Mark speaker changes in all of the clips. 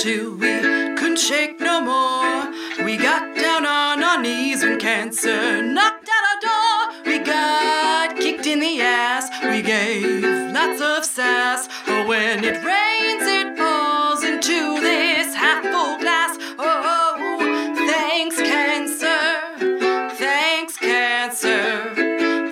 Speaker 1: till we couldn't shake no more. We got down on our knees when cancer knocked at our door. We got kicked in the ass. We gave lots of sass. Oh, when it rains, it pours into this half full glass. Oh, thanks, cancer. Thanks, cancer.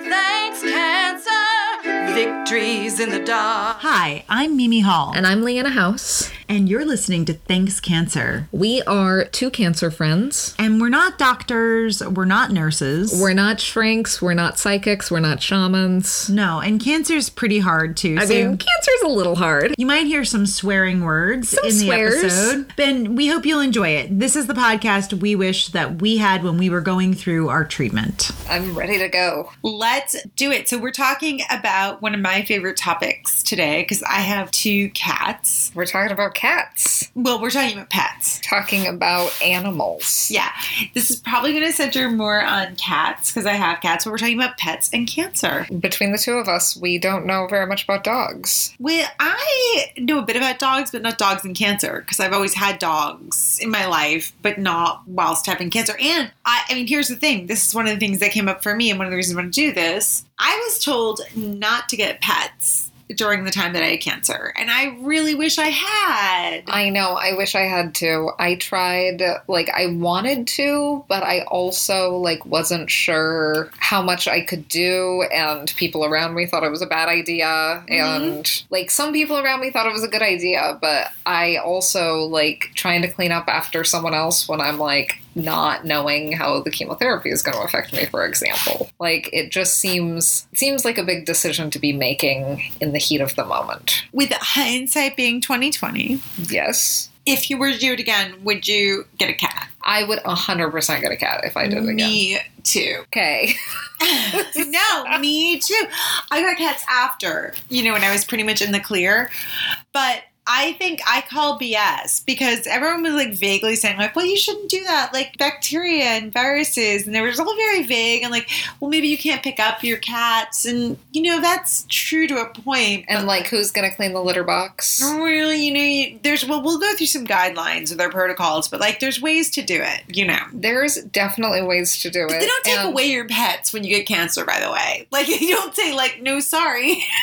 Speaker 1: Thanks, cancer. Victories in the dark.
Speaker 2: Hi, I'm Mimi Hall,
Speaker 3: And I'm Leanna House.
Speaker 2: and you're listening to Thanks Cancer.
Speaker 3: We are two cancer friends.
Speaker 2: And we're not doctors, we're not nurses.
Speaker 3: We're not shrinks, we're not psychics, we're not shamans.
Speaker 2: no, and cancer's pretty hard too.
Speaker 3: I
Speaker 2: so
Speaker 3: mean, cancer's a little hard.
Speaker 2: you might hear some swearing words in the
Speaker 3: swears.
Speaker 2: episode. Ben, we hope you'll enjoy it. This is the podcast we wish that we had when we were going through our treatment.
Speaker 4: I'm ready to go.
Speaker 5: Let's do it. So, we're talking about one of my favorite topics today because I have two cats.
Speaker 4: We're talking about cats,
Speaker 5: Well, we're talking about pets.
Speaker 4: talking about animals.
Speaker 5: Yeah, this is probably going to center more on cats because I have cats, but we're talking about pets and cancer.
Speaker 4: Between the two of us, we don't know very much about dogs.
Speaker 5: Well, I know a bit about dogs, but not dogs and cancer because I've always had dogs in my life, but not whilst having cancer. And I, I mean, here's the thing this is one of the things that came up for me, and one of the reasons I want to do this. I was told not to get pets during the time that I had cancer, and I really wish I had.
Speaker 4: I know, I wish I had to. I tried, like, I wanted to, but I also, like, wasn't sure how much I could do, and people around me thought it was a bad idea, and, like, some people around me thought it was a good idea, but I also, like, trying to clean up after someone else when I'm, like, not knowing how the chemotherapy is going to affect me for example like it just seems it seems like a big decision to be making in the heat of the moment
Speaker 5: With hindsight being 2020,
Speaker 4: yes
Speaker 5: if you were to do it again, would you get a cat?
Speaker 4: I would 100% get a cat if I did it again.
Speaker 5: Me too.
Speaker 4: Okay.
Speaker 5: no, me too. I got cats after, you know, when I was pretty much in the clear. But I think I call BS because everyone was like vaguely saying, like, well, you shouldn't do that. Like bacteria and viruses. And they were just all very vague and like, well, maybe you can't pick up your cats. And, you know, that's true to a point.
Speaker 4: And like, who's gonna clean the litter box?
Speaker 5: Well, you know, you, there's well, we'll go through some guidelines or their protocols, but like, there's ways to do it. You know,
Speaker 4: There's definitely ways to do it.
Speaker 5: But they don't take
Speaker 4: And-
Speaker 5: away your pets when you get cancer, by the way. Like you don't say like no sorry.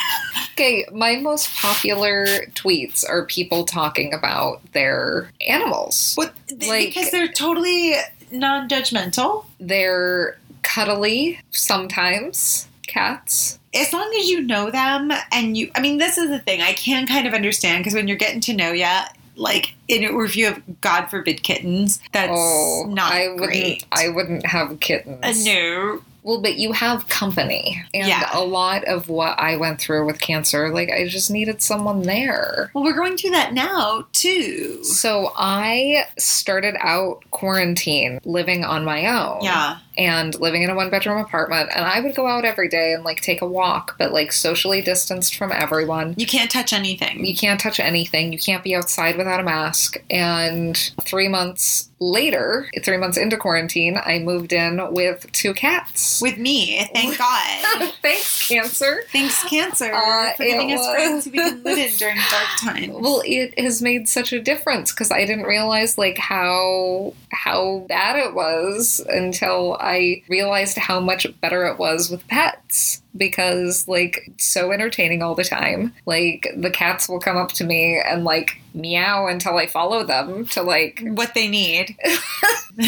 Speaker 4: Okay, my most popular tweets are people talking about their animals.
Speaker 5: What,
Speaker 4: Like-
Speaker 5: because they're totally non-judgmental.
Speaker 4: They're cuddly sometimes, cats.
Speaker 5: As long as you know them and you I mean this is the thing I can kind of understand because when you're getting to know ya like in a review of God forbid kittens, that's
Speaker 4: oh,
Speaker 5: not
Speaker 4: I wouldn't.
Speaker 5: great.
Speaker 4: I wouldn't have kittens.
Speaker 5: Uh, no.
Speaker 4: Well, but you have company, and
Speaker 5: Yeah.
Speaker 4: a lot of what I went through with cancer, like I just needed someone there.
Speaker 5: Well, we're going through that now too.
Speaker 4: So I started out quarantine living on my own.
Speaker 5: Yeah.
Speaker 4: And living in a one bedroom apartment. And I would go out every day and like take a walk, but like socially distanced from everyone.
Speaker 5: You can't touch anything.
Speaker 4: You can't touch anything. You can't be outside without a mask. And three months later, three months into quarantine, I moved in with two cats.
Speaker 5: With me, thank God.
Speaker 4: Thanks, cancer.
Speaker 5: Thanks, cancer,
Speaker 4: Uh,
Speaker 5: for giving
Speaker 4: it
Speaker 5: us
Speaker 4: was-
Speaker 5: friends we can live in during dark times.
Speaker 4: Well, it has made such a difference because I didn't realize like how how bad it was until I realized how much better it was with pets because like it's so entertaining all the time. Like the cats will come up to me and like meow until I follow them to like
Speaker 5: What they need.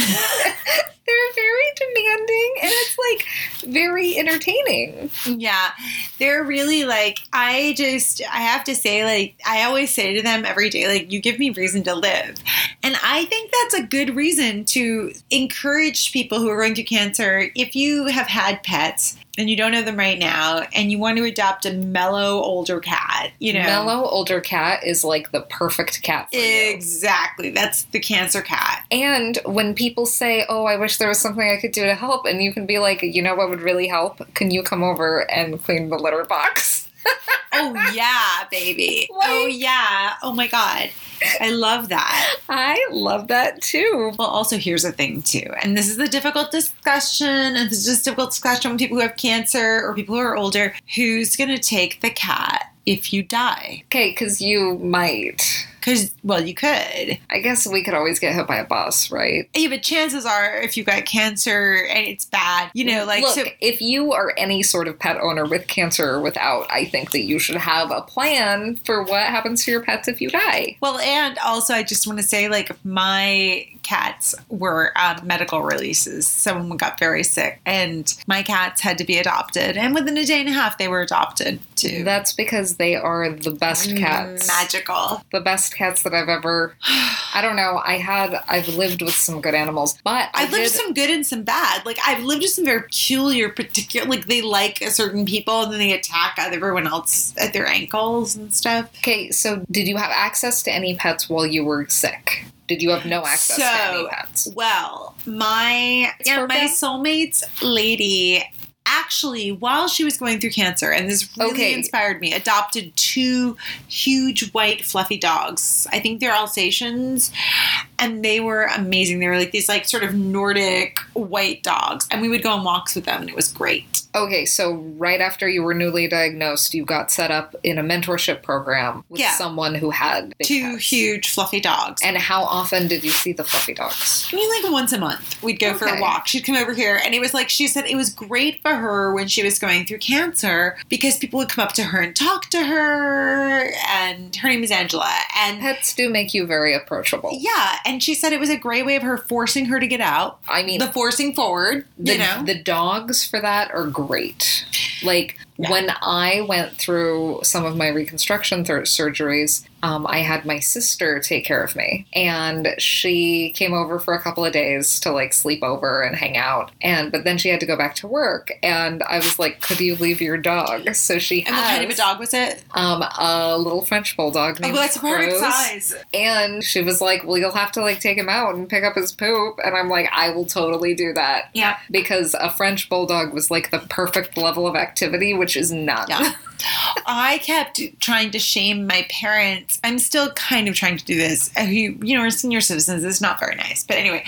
Speaker 4: they're very demanding and it's like very entertaining.
Speaker 5: Yeah. They're really like, I just, I have to say, like, I always say to them every day, like, you give me reason to live. And I think that's a good reason to encourage people who are going through cancer. If you have had pets and you don't know them right now and you want to adopt a mellow older cat, you know.
Speaker 4: Mellow older cat is like the perfect cat for you.
Speaker 5: Exactly. That's the cancer cat.
Speaker 4: And when people say, Oh, I wish there was something I could do to help, and you can be like, You know what would really help? Can you come over and clean the litter box?
Speaker 5: Oh yeah, baby.
Speaker 4: Like-
Speaker 5: oh yeah. Oh my god. I love that.
Speaker 4: I love that too.
Speaker 5: Well, also here's a thing too, and this is a difficult discussion, and this is just a difficult discussion with people who have cancer or people who are older. Who's gonna take the cat if you die?
Speaker 4: Okay, because you might.
Speaker 5: Because, well, you could.
Speaker 4: I guess we could always get hit by a bus, right?
Speaker 5: Yeah, but chances are if you got cancer and it's bad, you know, like,
Speaker 4: Look,
Speaker 5: so
Speaker 4: if you are any sort of pet owner with cancer or without, I think that you should have a plan for what happens to your pets if you die.
Speaker 5: Well, and also, I just want to say, like, my cats were um, medical releases. Someone got very sick, and my cats had to be adopted. And within a day and a half, they were adopted too.
Speaker 4: That's because they are the best cats.
Speaker 5: magical.
Speaker 4: The best cats that I've ever. I don't know. I had. I've lived with some good animals, but I
Speaker 5: I've lived
Speaker 4: did,
Speaker 5: with some good and some bad. Like I've lived with some very peculiar, particular. Like they like a certain people, and then they attack everyone else at their ankles and stuff.
Speaker 4: Okay, so did you have access to any pets while you were sick? Did you have no access to any
Speaker 5: So-
Speaker 4: pets?
Speaker 5: Well, my
Speaker 4: It's
Speaker 5: yeah, my
Speaker 4: perfect.
Speaker 5: soulmate's lady actually, while she was going through cancer, and this really
Speaker 4: Okay.
Speaker 5: inspired me, adopted two huge white fluffy dogs. I think they're Alsatians, and they were amazing. They were like these like sort of Nordic white dogs, and we would go on walks with them, and it was great.
Speaker 4: Okay, so right after you were newly diagnosed, you got set up in a mentorship program with
Speaker 5: Yeah.
Speaker 4: someone who had big
Speaker 5: two
Speaker 4: cats.
Speaker 5: huge fluffy dogs.
Speaker 4: And how often did you see the fluffy dogs?
Speaker 5: I mean, like once a month, we'd go for
Speaker 4: Okay.
Speaker 5: a walk. She'd come over here, and it was like she said it was great for her when she was going through cancer because people would come up to her and talk to her. And her name is Angela. And
Speaker 4: Pets do make you very approachable.
Speaker 5: yeah, and she said it was a great way of her forcing her to get out,
Speaker 4: I mean,
Speaker 5: the forcing forward,
Speaker 4: the,
Speaker 5: you know?
Speaker 4: the dogs for that are great. Like
Speaker 5: Yeah.
Speaker 4: when I went through some of my reconstruction thir- surgeries, um, I had my sister take care of me, and she came over for a couple of days to like sleep over and hang out. And but then she had to go back to work, and I was like, "Could you leave your dog?" So she
Speaker 5: and what
Speaker 4: has
Speaker 5: kind of a dog was it?
Speaker 4: um, a little French bulldog
Speaker 5: Oh,
Speaker 4: named
Speaker 5: that's a perfect
Speaker 4: Rose.
Speaker 5: size.
Speaker 4: And she was like, "Well, you'll have to like take him out and pick up his poop." And I'm like, "I will totally do that."
Speaker 5: Yeah.
Speaker 4: because a French bulldog was like the perfect level of activity, which is none.
Speaker 5: Yeah. I kept trying to shame my parents. I'm still kind of trying to do this. Uh, You, you know, we're senior citizens. It's not very nice. But anyway,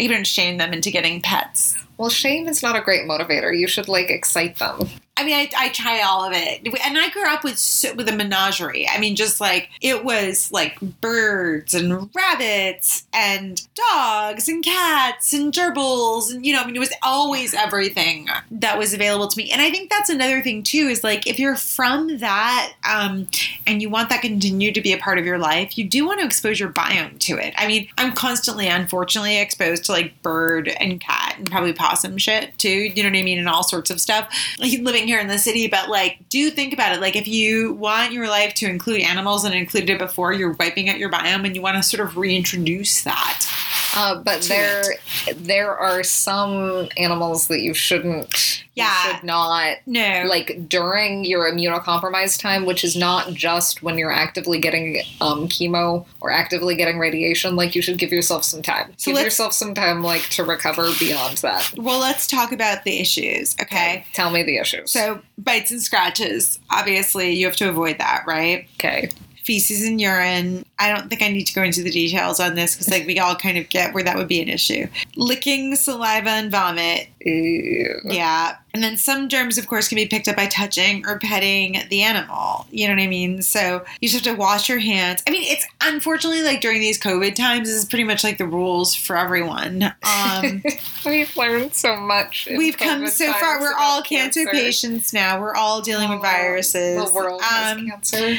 Speaker 5: I don't shame them into getting pets.
Speaker 4: Well, shame is not a great motivator. You should like excite them.
Speaker 5: I mean, I, I try all of it, and I grew up with so- with a menagerie. I mean, just like it was like birds and rabbits and dogs and cats and gerbils, and you know, I mean, it was always everything that was available to me. And I think that's another thing too is like if you're from that um, and you want that continue to be a part of your life, you do want to expose your biome to it. I mean, I'm constantly, unfortunately, exposed to like bird and cat and probably possum shit too. You know what I mean, and all sorts of stuff like, living here in the city, but like, do think about it. Like, if you want your life to include animals and included it before, you're wiping out your biome and you want to sort of reintroduce that.
Speaker 4: Uh, but
Speaker 5: To
Speaker 4: there, there are some animals that you shouldn't. you
Speaker 5: Yeah.
Speaker 4: should not.
Speaker 5: No.
Speaker 4: Like during your immunocompromised time, which is not just when you're actively getting um, chemo or actively getting radiation, like you should give yourself some time.
Speaker 5: So
Speaker 4: give
Speaker 5: let's-
Speaker 4: yourself some time, like to recover beyond that.
Speaker 5: well, let's talk about the issues, okay?
Speaker 4: Tell me the issues.
Speaker 5: So, bites and scratches, obviously, you have to avoid that, right?
Speaker 4: okay.
Speaker 5: Feces and urine. I don't think I need to go into the details on this because, like, we all kind of get where that would be an issue. Licking, saliva, and vomit.
Speaker 4: Ew.
Speaker 5: Yeah. And then some germs, of course, can be picked up by touching or petting the animal. You know what I mean? So you just have to wash your hands. I mean, it's unfortunately like during these COVID times, this is pretty much like the rules for everyone. Um,
Speaker 4: We've learned so much. in
Speaker 5: we've come
Speaker 4: COVID
Speaker 5: so far.
Speaker 4: times
Speaker 5: We're
Speaker 4: about
Speaker 5: all cancer, patients now. We're all dealing
Speaker 4: Oh,
Speaker 5: with viruses.
Speaker 4: The world
Speaker 5: Um,
Speaker 4: has cancer.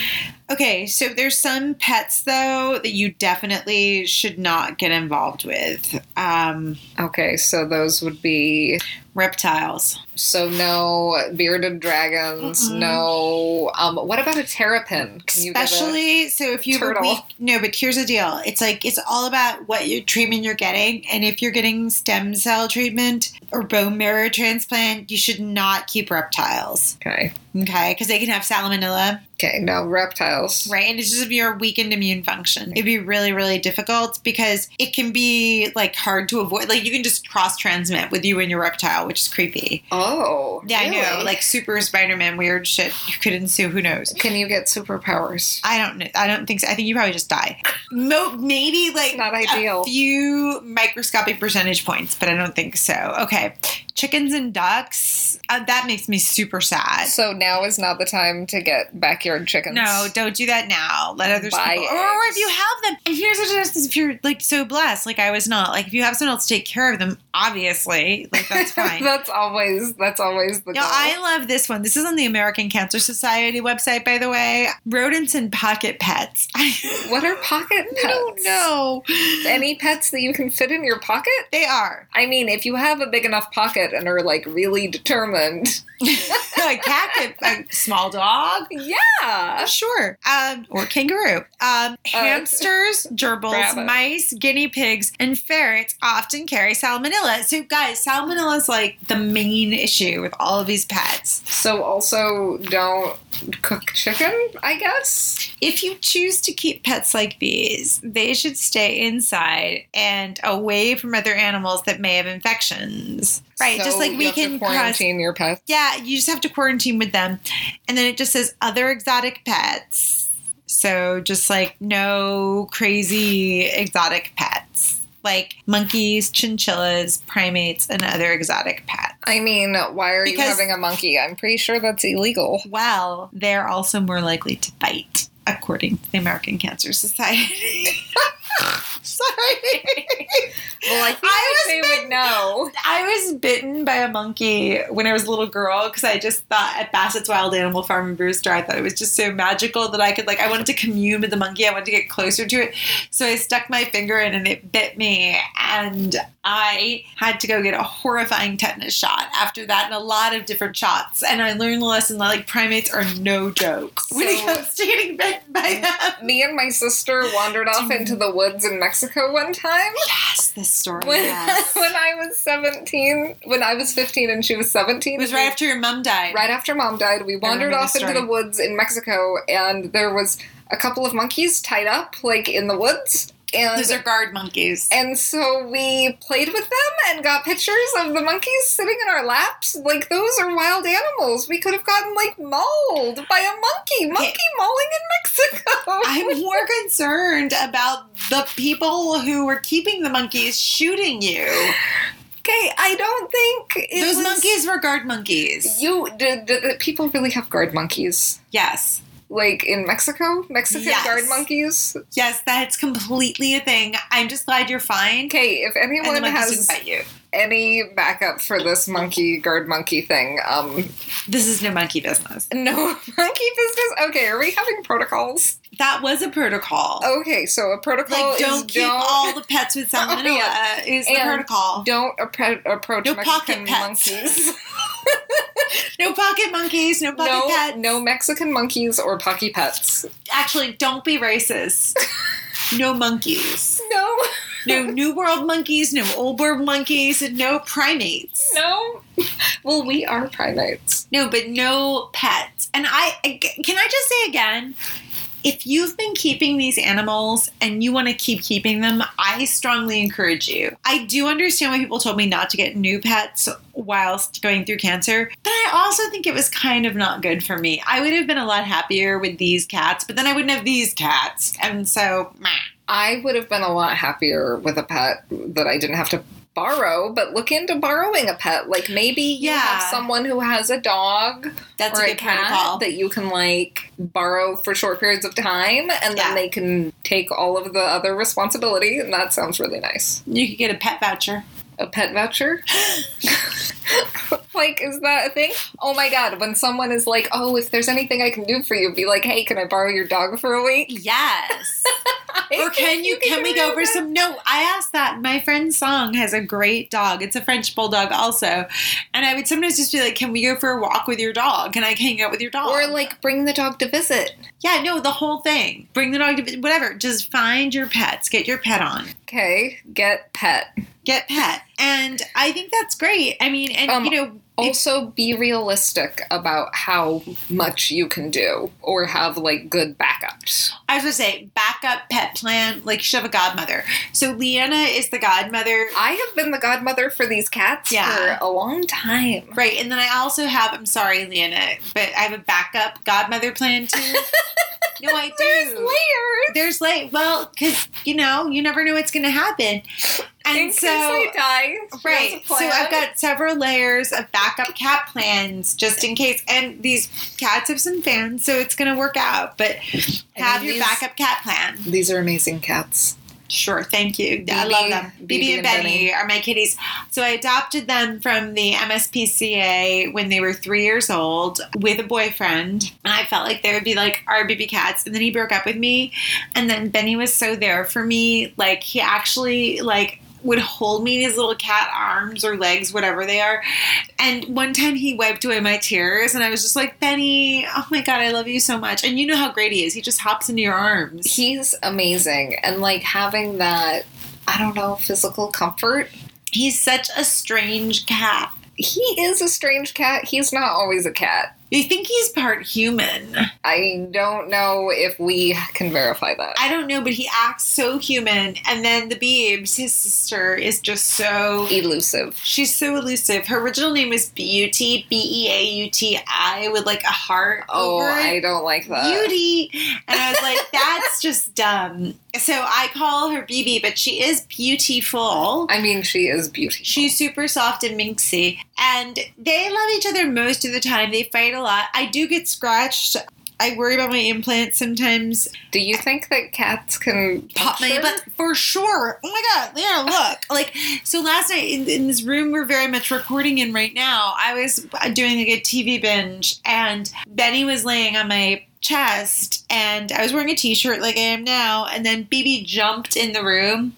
Speaker 5: Okay, so there's some pets though that you definitely should not get involved with. Um,
Speaker 4: Okay, so those would be
Speaker 5: reptiles.
Speaker 4: so no bearded dragons.
Speaker 5: Mm-mm.
Speaker 4: No. Um. What about a terrapin? Can you get a-
Speaker 5: especially so if you have a
Speaker 4: turtle?
Speaker 5: weak no but here's the deal it's like it's all about what your treatment you're getting and if you're getting stem cell treatment or bone marrow transplant you should not keep reptiles
Speaker 4: okay.
Speaker 5: okay because they can have salmonella
Speaker 4: Okay. No reptiles.
Speaker 5: right and it's just if you're weakened immune function it'd be really really difficult because it can be like hard to avoid like you can just cross transmit with you and your reptile which is creepy
Speaker 4: Oh.
Speaker 5: yeah i know
Speaker 4: really?
Speaker 5: like super spider-man weird shit could ensue who knows
Speaker 4: Can you get superpowers?
Speaker 5: I don't know. I don't think so. I think you probably just die. Mo- maybe like
Speaker 4: Not
Speaker 5: a
Speaker 4: ideal.
Speaker 5: few microscopic percentage points, but I don't think so. Okay, chickens and ducks. Uh, that makes me super sad.
Speaker 4: So now is not the time to get backyard chickens.
Speaker 5: No, don't do that now. Let others
Speaker 4: Buy
Speaker 5: people, or if
Speaker 4: eggs.
Speaker 5: you have them. And here's what it is: if you're like so blessed, like I was not, like if you have someone else to take care of them, obviously, like that's fine. no,
Speaker 4: that's always that's always the goal.
Speaker 5: I love this one. This is on the American Cancer Society website, by the way. Rodents and pocket pets. I
Speaker 4: what are pocket pets?
Speaker 5: don't know.
Speaker 4: Any pets that you can fit in your pocket?
Speaker 5: They are
Speaker 4: I mean, if you have a big enough pocket and are like really determined,
Speaker 5: a cat, a, a small dog.
Speaker 4: yeah.
Speaker 5: Uh, Sure. Um, or kangaroo. Um,
Speaker 4: Oh.
Speaker 5: hamsters, gerbils,
Speaker 4: rabbit.
Speaker 5: mice, guinea pigs, and ferrets often carry salmonella. So, guys, salmonella is like the main issue with all of these pets.
Speaker 4: So also don't cook chicken, I guess.
Speaker 5: If you choose to keep pets like these, they should stay inside and away from other animals that may have infections. Right.
Speaker 4: So
Speaker 5: just like
Speaker 4: you
Speaker 5: we
Speaker 4: have to
Speaker 5: can cross
Speaker 4: quarantine your pet.
Speaker 5: Yeah, you just have to quarantine with them. And then it just says other exotic pets. So just like no crazy exotic pets. Like monkeys, chinchillas, primates, and other exotic pets.
Speaker 4: I mean, why are you
Speaker 5: Because-
Speaker 4: having a monkey? I'm pretty sure that's illegal.
Speaker 5: Well, they're also more likely to bite, according to the American Cancer Society. Sorry.
Speaker 4: Well, I
Speaker 5: I
Speaker 4: think that
Speaker 5: was
Speaker 4: they would know.
Speaker 5: I was bitten by a monkey when I was a little girl because I just thought at Bassett's Wild Animal Farm in Brewster, I thought it was just so magical that I could like I wanted to commune with the monkey. I wanted to get closer to it, so I stuck my finger in and it bit me, and I had to go get a horrifying tetanus shot after that and a lot of different shots. And I learned the lesson that like primates are no joke when it
Speaker 4: So-
Speaker 5: comes to getting bitten by them.
Speaker 4: Me and my sister wandered off into the woods in Mexico one time.
Speaker 5: Yes, this story.
Speaker 4: When,
Speaker 5: Oh, yes.
Speaker 4: when I was 17, when I was 15 and she was 17.
Speaker 5: it was right after your mum died.
Speaker 4: right after mom died, we wandered
Speaker 5: remember
Speaker 4: off
Speaker 5: this
Speaker 4: into
Speaker 5: story.
Speaker 4: the woods in Mexico, and there was a couple of monkeys tied up, like in the woods, and
Speaker 5: Those are guard monkeys.
Speaker 4: and so we played with them and got pictures of the monkeys sitting in our laps. Like those are wild animals. We could have gotten like mauled by a monkey. Monkey mauling in Mexico.
Speaker 5: I'm more concerned about the people who were keeping the monkeys shooting you.
Speaker 4: okay, I don't think it
Speaker 5: Those
Speaker 4: was-
Speaker 5: monkeys were guard monkeys.
Speaker 4: You did, did, did people really have guard monkeys?
Speaker 5: Yes.
Speaker 4: Like in Mexico, Mexican
Speaker 5: Yes.
Speaker 4: guard monkeys.
Speaker 5: Yes, that's completely a thing. I'm just glad you're fine.
Speaker 4: Okay, if
Speaker 5: And the
Speaker 4: anyone
Speaker 5: monkeys
Speaker 4: has
Speaker 5: didn't bite you.
Speaker 4: any backup for this monkey guard monkey thing. Um,
Speaker 5: This is no monkey business.
Speaker 4: no monkey business. Okay, are we having protocols?
Speaker 5: That was a protocol.
Speaker 4: Okay, so a protocol
Speaker 5: like, don't
Speaker 4: Oh, is
Speaker 5: keep
Speaker 4: don't
Speaker 5: all the pets with salmonella
Speaker 4: Oh, yeah.
Speaker 5: is the
Speaker 4: And
Speaker 5: protocol.
Speaker 4: don't appro- approach
Speaker 5: No
Speaker 4: Mexican
Speaker 5: pocket pets.
Speaker 4: monkeys.
Speaker 5: No pocket monkeys, no pocket
Speaker 4: no,
Speaker 5: pets.
Speaker 4: no Mexican monkeys or pocky pets.
Speaker 5: Actually, don't be racist. no monkeys.
Speaker 4: No,
Speaker 5: No New World monkeys, no Old World monkeys, and no primates.
Speaker 4: no. Well, we are primates.
Speaker 5: No, but no pets. And I ag- can I just say again, if you've been keeping these animals and you want to keep keeping them, I strongly encourage you. I do understand why people told me not to get new pets whilst going through cancer, but I also think it was kind of not good for me. I would have been a lot happier with these cats, but then I wouldn't have these cats. And so, meh.
Speaker 4: I would have been a lot happier with a pet that I didn't have to borrow, but look into borrowing a pet. Like maybe you have
Speaker 5: Yeah.
Speaker 4: someone who has a dog
Speaker 5: that's
Speaker 4: or
Speaker 5: a
Speaker 4: a,
Speaker 5: good protocol.
Speaker 4: cat that you can like borrow for short periods of time and
Speaker 5: Yeah.
Speaker 4: then they can take all of the other responsibility and that sounds really nice
Speaker 5: you could get a pet voucher.
Speaker 4: a pet voucher like is that a thing oh my god when someone is like oh if there's anything i can do for you be like hey can i borrow your dog for a week
Speaker 5: Yes.
Speaker 4: I
Speaker 5: or can
Speaker 4: think
Speaker 5: you can we go
Speaker 4: borrow
Speaker 5: over
Speaker 4: that.
Speaker 5: some no i asked that my friend song has a great dog it's a french bulldog also and i would sometimes just be like can we go for a walk with your dog can i hang out with your dog
Speaker 4: or like bring the dog to visit
Speaker 5: yeah no the whole thing bring the dog to whatever just find your pets get your pet on
Speaker 4: okay get pet
Speaker 5: get pet and i think that's great i mean and
Speaker 4: Um,
Speaker 5: you know it's-
Speaker 4: also be realistic about how much you can do or have like good backups
Speaker 5: I was gonna say backup pet plan. Like you should have a godmother. So Leanna is the godmother.
Speaker 4: I have been the godmother for these cats
Speaker 5: Yeah.
Speaker 4: for a long time.
Speaker 5: Right, and then I also have. I'm sorry, Leanna, but I have a backup godmother plan too. no, I do.
Speaker 4: There's layers.
Speaker 5: There's like, well, because you know, you never know what's going to happen. And
Speaker 4: In
Speaker 5: so
Speaker 4: case I die, she has
Speaker 5: Right.
Speaker 4: a
Speaker 5: So
Speaker 4: plan.
Speaker 5: I've got several layers of backup cat plans just in case. And these cats have some fans, so it's going to work out. But
Speaker 4: And
Speaker 5: have your
Speaker 4: these-
Speaker 5: backup cat plan.
Speaker 4: These are amazing cats.
Speaker 5: Sure. Thank you. I
Speaker 4: BB,
Speaker 5: love them.
Speaker 4: BB
Speaker 5: BB and
Speaker 4: and
Speaker 5: Benny
Speaker 4: Benny.
Speaker 5: are my kitties. So I adopted them from the MSPCA when they were three years old with a boyfriend. And I felt like they would be like our BB cats. And then he broke up with me. And then Benny was so there for me. Like he actually like would hold me in his little cat arms or legs, whatever they are. And one time he wiped away my tears and I was just like, Benny, oh my God, I love you so much. And you know how great he is. He just hops into your arms.
Speaker 4: He's amazing. And like having that, I don't know, physical comfort.
Speaker 5: He's such a strange cat.
Speaker 4: He is a strange cat. He's not always a cat.
Speaker 5: I think he's part human.
Speaker 4: I don't know if we can verify that.
Speaker 5: I don't know, but he acts so human. And then the Beebs, his sister, is just so.
Speaker 4: Elusive.
Speaker 5: She's so elusive. Her original name is Beauty, B E A U T I, with like a heart.
Speaker 4: Oh,
Speaker 5: over it.
Speaker 4: I don't like that.
Speaker 5: Beauty. And I was like, that's just dumb. So I call her BB, but she is beautiful.
Speaker 4: I mean, she is beautiful.
Speaker 5: She's super soft and minxy, and they love each other most of the time. They fight a lot. I do get scratched. I worry about my implants sometimes.
Speaker 4: Do you think that cats can
Speaker 5: Pop my
Speaker 4: puncture?
Speaker 5: implant for sure. Oh my god! There, look. Like so, last night in, in this room we're very much recording in right now, I was doing like a TV binge, and Benny was laying on my chest, and I was wearing a T-shirt like I am now, and then BB jumped in the room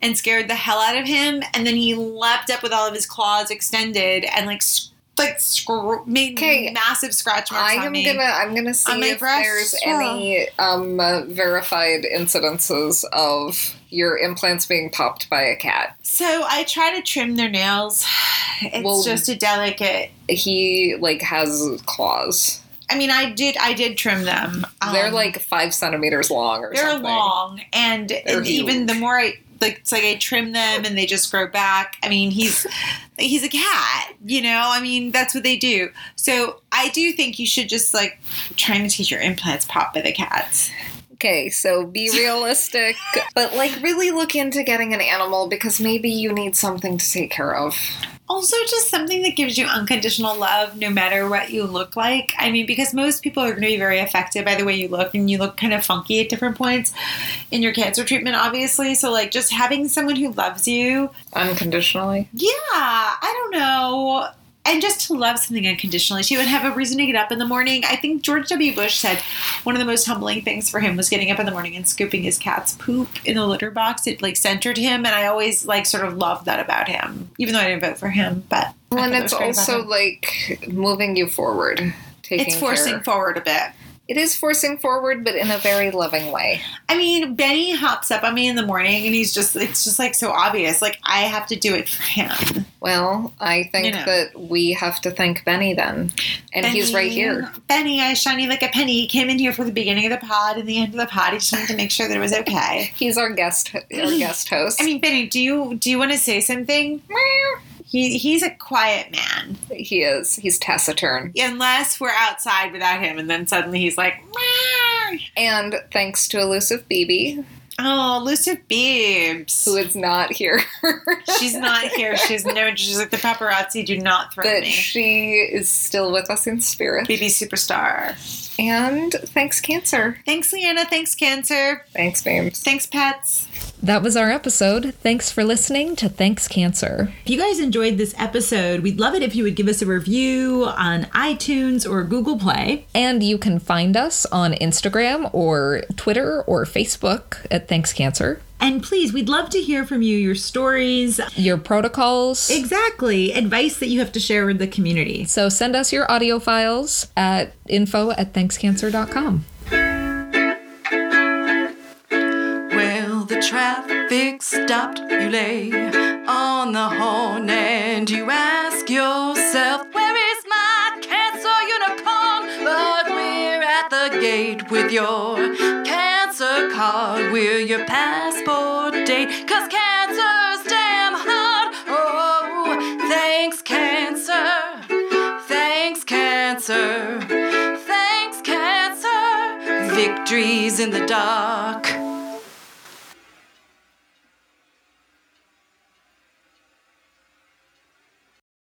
Speaker 5: and scared the hell out of him. And then he leapt up with all of his claws extended and like s- like scr- made
Speaker 4: 'Kay.
Speaker 5: massive scratch marks
Speaker 4: I
Speaker 5: on
Speaker 4: am
Speaker 5: me.
Speaker 4: gonna I'm gonna see
Speaker 5: my
Speaker 4: if
Speaker 5: breast
Speaker 4: there's
Speaker 5: as well.
Speaker 4: any um, uh, verified incidences of your implants being popped by a cat.
Speaker 5: so I try to trim their nails. It's
Speaker 4: Well-
Speaker 5: just a delicate.
Speaker 4: He like has claws.
Speaker 5: I mean, I did I did trim them. Um,
Speaker 4: they're like five centimeters long or
Speaker 5: they're
Speaker 4: something.
Speaker 5: long, and, and even
Speaker 4: huge.
Speaker 5: the more I like, it's like I trim them and they just grow back. I mean, he's he's a cat, you know. I mean, that's what they do. So I do think you should just like trying to teach your implants pop by the cats.
Speaker 4: Okay, so be realistic, but like really look into getting an animal because maybe you need something to take care of.
Speaker 5: Also, just something that gives you unconditional love no matter what you look like. I mean, because most people are going to be very affected by the way you look, and you look kind of funky at different points in your cancer treatment, obviously. So, like, just having someone who loves you
Speaker 4: Unconditionally.
Speaker 5: Yeah, I don't know. And just to love something unconditionally, she would have a reason to get up in the morning. I think George W. Bush said one of the most humbling things for him was getting up in the morning and scooping his cat's poop in the litter box. It like centered him, and I always like sort of loved that about him, even though I didn't vote for him. But I
Speaker 4: Well, and
Speaker 5: thought that
Speaker 4: it's
Speaker 5: was great about
Speaker 4: also
Speaker 5: him.
Speaker 4: like moving you forward. Taking
Speaker 5: it's forcing
Speaker 4: care.
Speaker 5: forward a bit.
Speaker 4: It is forcing forward, but in a very loving way.
Speaker 5: I mean, Benny hops up on me in the morning, and he's just it's just like so obvious. Like I have to do it for him.
Speaker 4: Well, I think
Speaker 5: You know.
Speaker 4: that we have to thank Benny then. And he's right here.
Speaker 5: Benny, I shiny like a penny. He came in here for the beginning of the pod and the end of the pod. He just wanted to make sure that it was okay.
Speaker 4: He's our guest our guest host.
Speaker 5: I mean, Benny, do you do you want to say something? He he's a quiet man.
Speaker 4: he is. He's taciturn.
Speaker 5: Unless we're outside without him, and then suddenly he's like, "Meow."
Speaker 4: And thanks to elusive BB,
Speaker 5: "Oh, elusive
Speaker 4: who
Speaker 5: Biebs.
Speaker 4: is not here.
Speaker 5: She's not here. She's no. She's like the paparazzi. Do not threaten
Speaker 4: but
Speaker 5: me."
Speaker 4: she is still with us in spirit.
Speaker 5: BB superstar.
Speaker 4: And thanks, Cancer.
Speaker 5: Thanks, Leanna. Thanks, Cancer.
Speaker 4: Thanks, Beams.
Speaker 5: Thanks, pets.
Speaker 3: That was our episode. Thanks for listening to Thanks Cancer.
Speaker 2: If you guys enjoyed this episode, we'd love it if you would give us a review on iTunes or Google Play.
Speaker 3: And you can find us on Instagram or Twitter or Facebook at Thanks Cancer.
Speaker 2: And please, we'd love to hear from you, your stories,
Speaker 3: Your protocols.
Speaker 2: exactly, advice that you have to share with the community.
Speaker 3: so send us your audio files at info at thankscancer.com.
Speaker 1: Well, the traffic stopped. You lay on the horn and you ask yourself, Where is my cancer unicorn? But we're at the gate with your cancer card. We're your passport date. Cause cancer's damn hard. Oh, thanks, cancer. Thanks, cancer. Thanks, cancer. Victories in the dark.